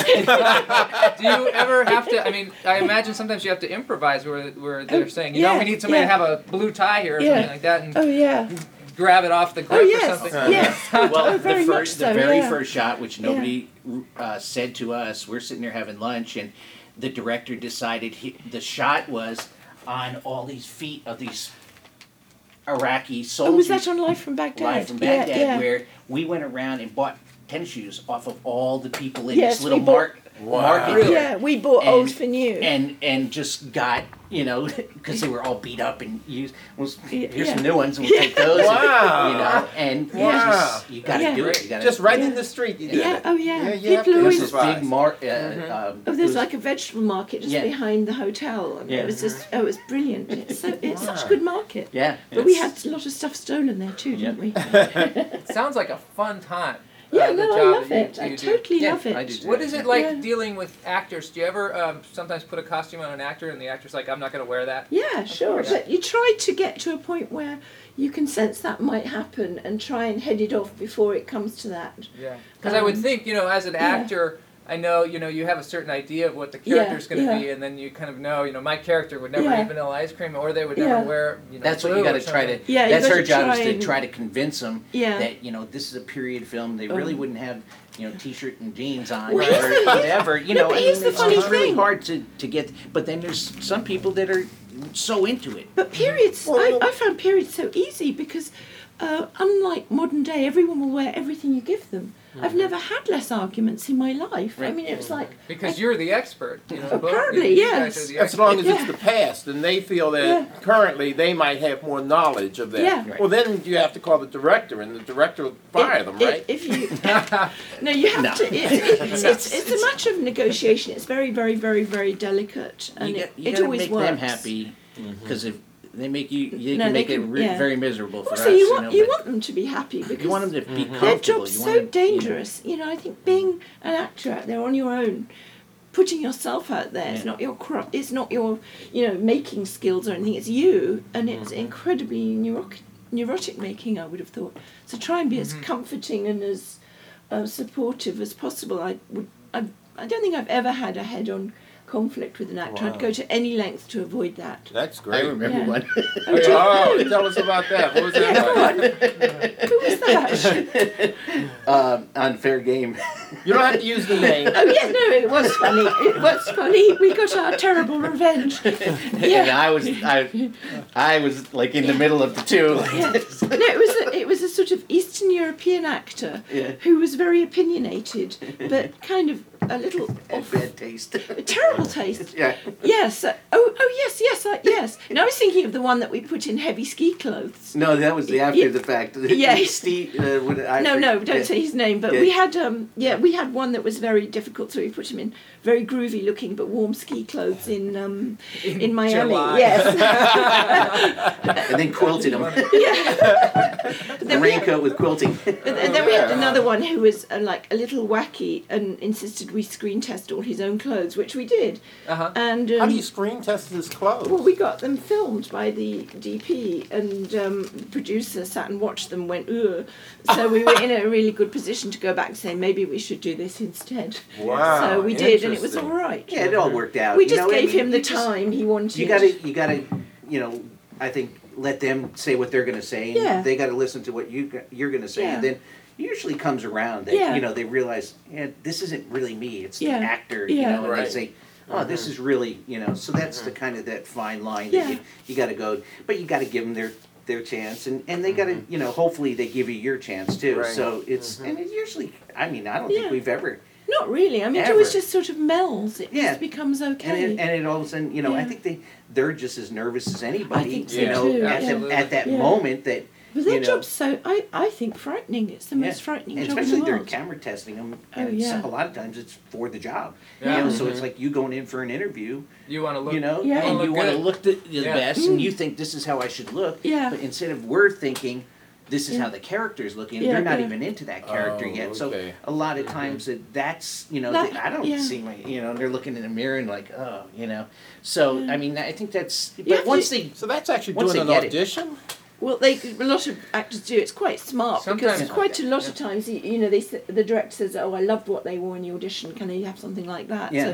S1: Do you ever have to? I mean, I imagine sometimes you have to improvise where where they're saying, you know,
S3: Um, yeah,
S1: we need somebody
S3: yeah.
S1: to have a blue tie here or
S3: Yeah.
S1: something like that, and
S3: oh yeah.
S1: grab it off the
S3: Oh
S1: grip or
S3: yes.
S1: something.
S3: Yes.
S4: [LAUGHS] well,
S3: Oh, very
S4: the
S3: much
S4: first,
S3: so,
S4: the very
S3: yeah.
S4: first shot, which nobody uh, said to us, we're sitting there having lunch, and the director decided he, the shot was on all these feet of these Iraqi soldiers.
S3: Oh, was that on Life from Baghdad?
S4: Live from
S3: Yeah,
S4: Baghdad,
S3: yeah.
S4: where we went around and bought tennis shoes off of all the people in
S3: Yes,
S4: this little
S3: we bought-
S4: mark,
S2: Wow.
S4: market.
S2: Really?
S3: Yeah, we bought
S4: And-
S3: old for new.
S4: And and just got you know [LAUGHS] because they were all beat up and used. Well,
S3: Yeah,
S4: here's
S3: yeah.
S4: some new ones and we'll take those.
S2: Wow.
S4: And, you know, and you
S2: Wow.
S4: just- you got to
S3: Yeah.
S4: do it. You gotta,
S2: Just right
S3: Yeah.
S2: in the street, you did
S3: yeah,
S2: it.
S3: oh yeah.
S2: Yeah, you have
S3: People
S2: to-
S4: It was
S3: always
S4: this
S2: Surprise.
S4: big mark. Uh,
S2: Mhm.
S4: um,
S3: Oh,
S4: it
S3: there's
S4: was-
S3: like a vegetable market just
S4: Yeah.
S3: behind the hotel. and
S4: Yeah.
S3: It was just, oh, it was brilliant. It's, so, it's
S4: [LAUGHS]
S3: such
S2: Wow.
S3: a good market.
S4: yeah.
S3: But we
S4: it's-
S3: had a lot of stuff stolen there too,
S4: Yeah.
S3: didn't we?
S4: [LAUGHS]
S1: It sounds like a fun time.
S3: Yeah,
S1: uh, the
S3: no, I
S1: job
S3: love
S1: that you-
S3: it. I
S1: you do.
S3: totally
S4: Yeah,
S3: love it.
S4: I do too.
S1: What is it like
S3: Yeah.
S1: dealing with actors? Do you ever um, sometimes put a costume on an actor and the actor's like, I'm not going to wear that?
S3: Yeah, sure.
S1: course.
S3: But you try to get to a point where you can sense that might happen and try and head it off before it comes to that.
S1: Yeah. Because I would
S3: Um,
S1: think, you know, as an
S3: yeah.
S1: actor, I know, you know, you have a certain idea of what the
S3: Yeah,
S1: character's going to
S3: yeah.
S1: be, and then you kind of know, you know, my character would never
S3: Yeah.
S1: eat vanilla ice cream, or they would never
S3: Yeah.
S1: wear, you know,
S4: That's what
S1: blue
S4: you got
S1: or
S4: to try to.
S1: something.
S3: Yeah, you
S4: that's
S3: gotta
S4: her job
S3: try
S4: is to
S3: and-
S4: try to convince them
S3: Yeah.
S4: that you know this is a period film. They really
S3: Oh.
S4: wouldn't have you know t-shirt and jeans on
S3: Well, [LAUGHS]
S4: or
S3: here's the-
S4: whatever. You
S3: no,
S4: know,
S3: but
S4: I mean,
S3: here's
S4: it's,
S3: the funny
S4: it's really
S3: thing.
S4: hard to to get. But then there's some people that are so into it.
S3: But periods,
S2: Well-
S3: I, I found periods so easy because uh, unlike modern day, everyone will wear everything you give them. I've never had less arguments in my life. I
S4: Mm-hmm. Right.
S3: mean, it was like,
S1: Because you're the expert. You know, both-
S3: Apparently,
S1: you
S3: yes.
S1: guys are the
S2: As
S1: experts.
S2: long as it's
S3: Yeah.
S2: the past, and they feel that
S3: Yeah.
S2: currently they might have more knowledge of that.
S3: Yeah. Right.
S2: Well, then you have to call the director, and the director will fire them,
S3: i-
S2: right?
S3: If you
S4: [LAUGHS]
S3: no, you have
S4: No.
S3: to. It, it's,
S4: [LAUGHS]
S3: it's, it's a matter of negotiation. It's very, very, very, very delicate, and
S4: you
S3: it,
S4: got, you
S3: it
S4: gotta
S3: always
S4: make
S3: works.
S4: them happy because if they make you, you
S3: No,
S4: can
S3: they
S4: make it
S3: can-
S4: re-
S3: yeah.
S4: very miserable for
S3: Also,
S4: us.
S3: you want
S4: know,
S3: you
S4: but
S3: want them to be happy because
S4: you want them to be comfortable.
S3: their job's
S4: you
S3: so
S4: want them- you know.
S3: dangerous. You know, I think being an actor out there on your own, putting yourself out there, it's
S4: Yeah.
S3: not your cro- it's not your you know making skills or anything. It's you, and it's
S4: Mm-hmm.
S3: incredibly neurotic, neurotic making. I would have thought. So try and be as
S4: Mm-hmm.
S3: comforting and as uh, supportive as possible. I would. I, I don't think I've ever had a head-on conflict with an actor.
S2: Wow.
S3: I'd go to any length to avoid
S4: [LAUGHS]
S3: that.
S2: That's great.
S4: I remember
S3: Yeah.
S4: one. [LAUGHS]
S2: Oh, tell us about that. What was that
S3: [LAUGHS]
S2: like?
S3: Who was
S4: [LAUGHS]
S3: that?
S4: um, on fair game.
S2: You don't have to use the
S3: [LAUGHS]
S2: name.
S3: oh yeah, no, it was funny. It was funny. We got our terrible revenge.
S4: [LAUGHS] and
S3: Yeah.
S4: I was I, I was like in the middle of the two. like [LAUGHS]
S3: Yeah.
S4: this.
S3: No, it was a, it was a sort of Eastern European actor
S4: Yeah.
S3: who was very opinionated,
S4: [LAUGHS]
S3: but kind of a little
S4: Had bad taste.
S3: a terrible taste.
S4: [LAUGHS] yeah.
S3: Yes. uh, Oh, oh yes, yes, I, yes. Now I was thinking of the one that we put in heavy ski clothes.
S4: No, that was the after
S3: Yeah.
S4: the fact. [LAUGHS]
S3: Yeah.
S4: Steve. Uh, what, I
S3: No, no,
S4: forget-
S3: don't say his name. But
S4: Yeah.
S3: we had, um, yeah, we had one that was very difficult, so we put him in very groovy looking but warm ski clothes in um, in, Miami.
S1: July.
S4: [LAUGHS]
S3: Yes, [LAUGHS]
S4: And then quilted him.
S3: yeah. But
S4: The
S3: then we had-
S4: raincoat with quilting. [LAUGHS]
S3: And, and then we had
S2: Yeah.
S3: another one who was uh, like a little wacky and insisted we screen test all his own clothes, which we did.
S1: [LAUGHS] Uh-huh.
S3: And um,
S2: How do you screen test this clothes?
S3: well, we got them filmed by the DP, and um, the producer sat and watched them. Went ugh. So we were in a really good position to go back and say maybe we should do this instead.
S2: Wow,
S3: So we did, and it was
S2: interesting.
S3: all right.
S4: Ah, Yeah, it all worked out.
S3: We
S4: you
S3: just
S4: know what I
S3: gave
S4: mean?
S3: him the
S4: You just-
S3: time he wanted.
S4: You gotta, you gotta, you know. I think let them say what they're gonna say, and
S3: Yeah.
S4: they gotta listen to what you g- you're gonna say, and
S3: Yeah.
S4: then it usually comes around that
S3: Yeah.
S4: you know they realize, yeah, this isn't really me. It's
S3: Yeah.
S4: the actor, you
S3: Yeah.
S4: know, and
S2: Right. Mm-hmm.
S4: they say. Oh, this is really you know. So that's the kind of that fine line that
S3: Yeah.
S4: you, you got to go, but you got to give them their their chance, and and they got to you know. Hopefully they give you your chance too.
S2: Mm-hmm. Right. Mm-hmm.
S4: So it's and it usually. I mean, I don't
S3: Yeah.
S4: think we've ever
S3: Not really. I mean, it always
S4: Ever.
S3: just sort of melds. It
S4: Yeah.
S3: just becomes okay.
S4: and it, and it all of a sudden, you know, I
S3: Yeah.
S4: think they they're just as nervous as
S3: I
S4: anybody,
S3: think
S4: you
S2: so,
S4: know,
S2: too,
S4: at, the,
S1: yeah.
S4: at that
S3: Yeah.
S4: moment that
S3: But
S4: you
S3: their
S4: know,
S3: job's so, I, I think, frightening. It's the
S4: yeah.
S3: most frightening
S4: and
S3: job
S4: especially
S3: in the
S4: they're
S3: world.
S4: camera testing them.
S3: Oh,
S4: And so-
S3: yeah.
S4: a lot of times it's for the job,
S1: Yeah.
S4: you know. So it's like you going in for an interview,
S1: You want to look.
S4: you know,
S3: Yeah.
S4: and
S1: Wanna
S4: you
S1: look
S4: want to
S1: good.
S4: look the, the
S1: Yeah.
S4: best, and you think this is how I should look.
S3: Yeah.
S4: But instead of we're thinking. This is
S3: Yeah.
S4: how the character's looking.
S3: Yeah,
S4: They're not
S3: yeah.
S4: even into that character
S2: Oh,
S4: yet.
S2: okay.
S4: So a lot
S1: Mm-hmm.
S4: of times that that's you know
S3: That-
S4: they- I don't
S3: yeah.
S4: see my you know and they're looking in the mirror and like oh you know. So I mean I think that's but
S3: have to-
S4: once they
S2: So that's actually
S4: Once
S2: doing an
S4: they get it.
S2: audition?
S3: Well, they a lot of actors do. It's quite smart
S1: Sometimes-
S3: because quite a lot of times, you, you know, they s- the director says, "Oh, I loved what they wore in the audition. Can they have something like that?"
S4: Yeah.
S3: So,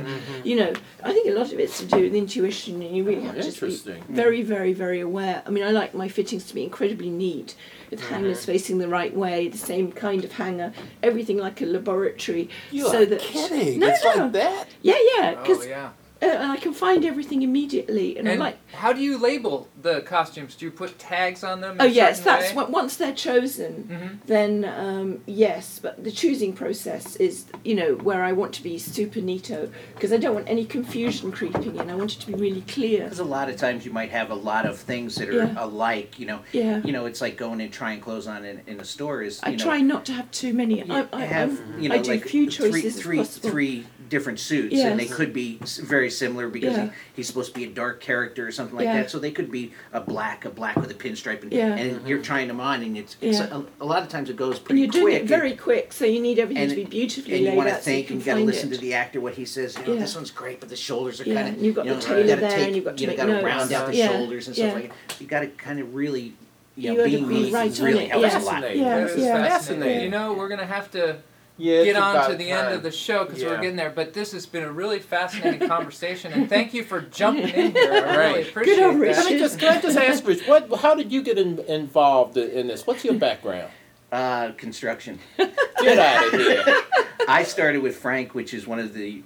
S3: you know, I think a lot of it's to do with intuition, and you really have to just be
S2: Interesting.
S3: very, very, very aware. I mean, I like my fittings to be incredibly neat, with hangers facing the right way, the same kind of hanger, everything like a laboratory,
S2: You're
S3: so that
S2: kidding.
S3: no,
S2: it's
S3: no,
S2: like that?
S3: yeah, yeah,
S1: Oh,
S3: because
S1: yeah.
S3: uh, and I can find everything immediately. And,
S1: And
S3: I'm like,
S1: how do you label the costumes? Do you put tags on them? in
S3: oh
S1: a
S3: yes,
S1: certain
S3: that's
S1: way? Mm-hmm.
S3: what, once they're chosen, then um, yes. But the choosing process is, you know, where I want to be super neato because I don't want any confusion creeping in. I want it to be really clear.
S4: Because a lot of times you might have a lot of things that are
S3: Yeah.
S4: alike, you know.
S3: Yeah.
S4: You know, it's like going and trying clothes on in, in a store is.
S3: I
S4: you know,
S3: try not to have too many. I, I,
S4: have
S3: I'm-
S4: you know
S3: I do
S4: like
S3: few
S4: three,
S3: choices as
S4: three,
S3: possible.
S4: three different suits, and they
S3: Yes.
S4: could be s- very similar because
S3: Yeah.
S4: he, he's supposed to be a dark character or something like
S3: Yeah.
S4: that. So they could be a black, a black with a pinstripe, and,
S3: Yeah.
S4: and you're trying them on, and it's, it's
S3: Yeah.
S4: a, a lot of times it goes
S3: And
S4: pretty
S3: you're doing
S4: quick.
S3: it very quick, so you need everything
S4: and,
S3: to be beautifully
S4: and you
S3: laid
S4: wanna
S3: out. so
S4: think
S3: you
S4: and
S3: can
S4: got to
S3: find
S4: listen
S3: it.
S4: to the actor what he says. You know,
S3: Yeah.
S4: this one's great, but the shoulders are
S3: Yeah,
S4: kind of
S3: and you've got
S4: you know,
S3: the
S4: you
S3: tailor
S4: gotta
S3: there,
S4: take,
S3: and you've got to
S4: you know,
S3: make
S4: gotta
S3: notes.
S4: round out the
S3: Yeah,
S4: shoulders and
S3: yeah.
S4: stuff like that. You got to kind of really, you
S3: You
S4: know,
S3: gotta
S4: being
S3: be
S4: me
S3: right on
S4: really
S3: it,
S4: helps a
S3: yeah.
S4: lot.
S2: Fascinating.
S3: Yeah,
S1: That is
S3: yeah.
S1: fascinating. You know, we're gonna have to get on to the end of the show because we're
S2: Yeah.
S1: getting there. But this has been a really fascinating conversation, and thank you for jumping in here. I really
S2: Right.
S1: appreciate
S3: Good on
S1: that.
S3: Richard.
S2: Let me just can I just ask Rich, what how did you get in, involved in, in this? What's your background?
S4: Uh, construction.
S2: Get out of
S4: Uh-huh.
S2: here.
S4: I started with Frank, which is one of the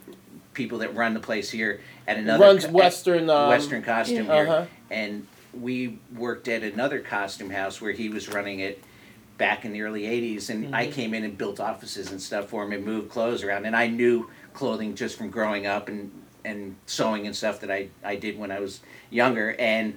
S4: people that run the place here at another
S2: Runs
S4: co-
S2: Western. Um,
S4: Western costume
S2: Yeah.
S4: here,
S2: Uh-huh.
S4: and we worked at another costume house where he was running it back in the early '80s, and I
S2: Mm-hmm.
S4: came in and built offices and stuff for him and moved clothes around, and I knew clothing just from growing up and and sewing and stuff that I I did when I was younger, and.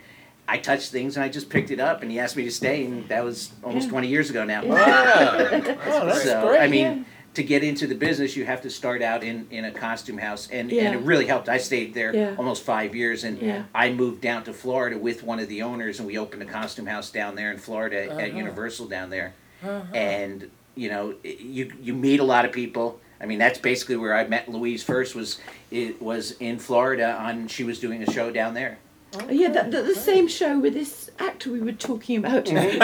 S4: I touched things and I just picked it up, and he asked me to stay, and that was almost
S3: Yeah.
S4: 20 years ago now
S2: Wow. Oh, that's
S4: so
S2: great.
S4: I mean,
S3: Yeah.
S4: to get into the business, you have to start out in, in a costume house, and, and
S3: Yeah.
S4: it really helped. I stayed there
S3: Yeah.
S4: almost five years, and
S3: Yeah.
S4: I moved down to Florida with one of the owners, and we opened a costume house down there in Florida at
S2: Uh-huh.
S4: Universal down there, and you know, it- you you meet a lot of people. I mean, that's basically where I met Louise first. Was it was in Florida on she was doing a show down there.
S3: Oh, Yeah, that, that, the same show with this actor we were talking about.
S4: Mm-hmm.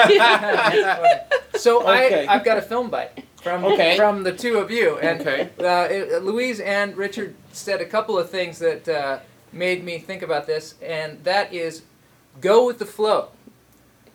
S3: [LAUGHS]
S1: so
S2: Okay.
S1: I, I've got a film bite from
S2: Okay.
S1: from the two of you, and
S2: Okay.
S1: uh, it, Louise and Richard said a couple of things that uh, made me think about this, and that is, go with the flow.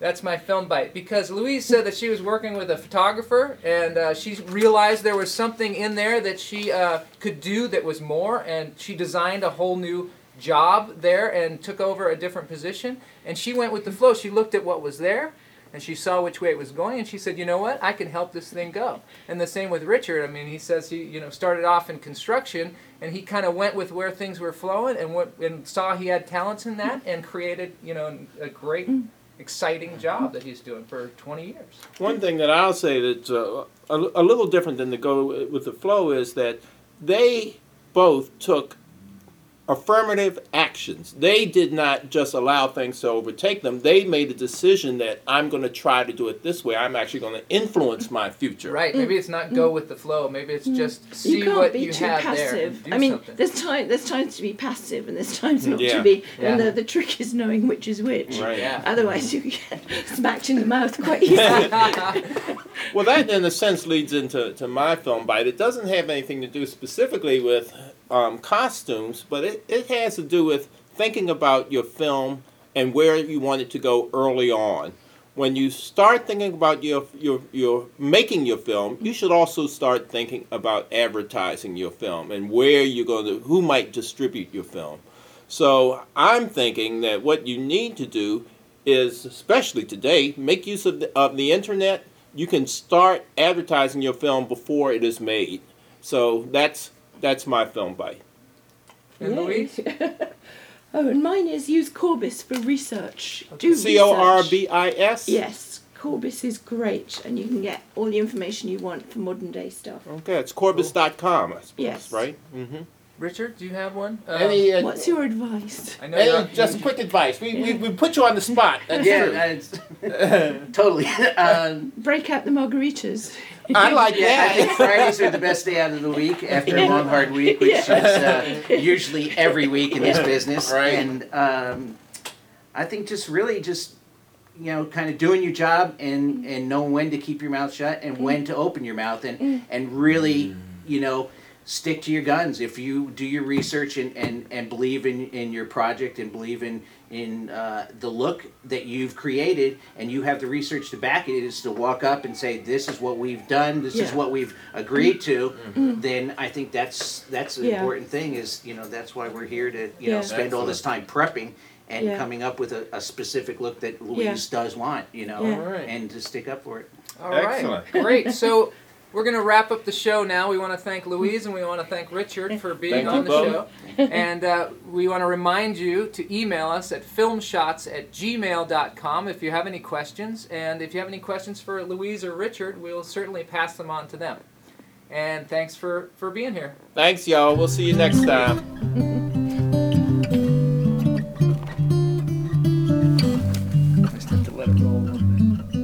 S1: That's my film bite because Louise said that she was working with a photographer and uh, she realized there was something in there that she uh, could do that was more, and she designed a whole new job there and took over a different position. And she went with the flow. She looked at what was there and she saw which way it was going and she said you know what i can help this thing go and the same with richard i mean he says he you know started off in construction and he kind of went with where things were flowing and went and saw he had talents in that and created you know a great exciting job that he's doing for 20 years
S2: One thing that I'll say that's uh, a, a little different than the go uh, with the flow is that they both took affirmative actions. They did not just allow things to overtake them. They made a decision that I'm going to try to do it this way. I'm actually going to influence my future.
S1: right maybe it's not go with the flow maybe it's just see
S3: Mm. you can't
S1: what
S3: be
S1: you
S3: too
S1: have there
S3: passive.
S1: and do
S3: I mean,
S1: something.
S3: there's time. There's times to be passive, and there's times not
S2: Mm. Yeah.
S3: to be. And
S1: Yeah.
S3: the, the trick is knowing which is which.
S2: Right.
S1: Yeah.
S3: Otherwise, you get [LAUGHS] smacked in the mouth
S2: [LAUGHS]
S3: quite easily. [LAUGHS]
S2: Well, that in a sense leads into to my film bite. It doesn't have anything to do specifically with um, costumes, but it, it has to do with thinking about your film and where you want it to go early on. When you start thinking about your your your making your film, you should also start thinking about advertising your film and where you're going to who might distribute your film. So I'm thinking that what you need to do is, especially today, make use of the, of the internet. You can start advertising your film before it is made. So that's that's my film bite.
S1: and
S3: Yay. [LAUGHS]
S1: louise
S3: oh, and mine is use Corbis for research. Do
S2: C O R
S3: research.
S2: B I S.
S3: Yes, Corbis is great, and you can get all the information you want for modern day stuff.
S2: Okay, it's Corbis.com, I suppose.
S3: Yes.
S2: Right. Mm-hmm.
S1: [LAUGHS] richard do you have one Um,
S2: any uh,
S3: What's your advice?
S1: i know you're-
S2: any just quick advice. We, we, we put you on the spot. That's true.
S4: that's- [LAUGHS] totally. Um,
S3: Break out the margaritas.
S2: I
S3: [LAUGHS]
S2: like
S4: [LAUGHS] Yeah, I think
S2: that.
S4: Fridays are the best day out of the week after a long, hard week, which is uh, usually every week in this business.
S2: Right.
S4: And um, I think just really just you know kind of doing your job and
S3: Mm.
S4: and knowing when to keep your mouth shut and when to open your mouth and and really you know stick to your guns. If you do your research and, and, and believe in, in your project and believe in in uh, the look that you've created and you have the research to back it, it is to walk up and say, "This is what we've done. This is
S3: Yeah. Mm.
S4: what we've agreed to." Then I think that's that's the
S3: Yeah.
S4: important thing. Is you know that's why we're here to you
S3: Yeah.
S4: know spend all this time prepping. And
S3: Yeah.
S4: coming up with a, a specific look that Louise does want, you know,
S3: Yeah.
S2: All right.
S4: and to stick up for it.
S1: All right.
S2: Excellent.
S1: Great. So we're going to wrap up the show now. We want to thank Louise and we want to thank Richard for being
S2: Thank you
S1: on the
S2: both.
S1: show. And uh, we want to remind you to email us at filmshots at gmail.com if you have any questions. And if you have any questions for Louise or Richard, we'll certainly pass them on to them. And thanks for, for being here.
S2: Thanks, y'all. We'll see you next time.
S1: I just have to let it roll a little bit.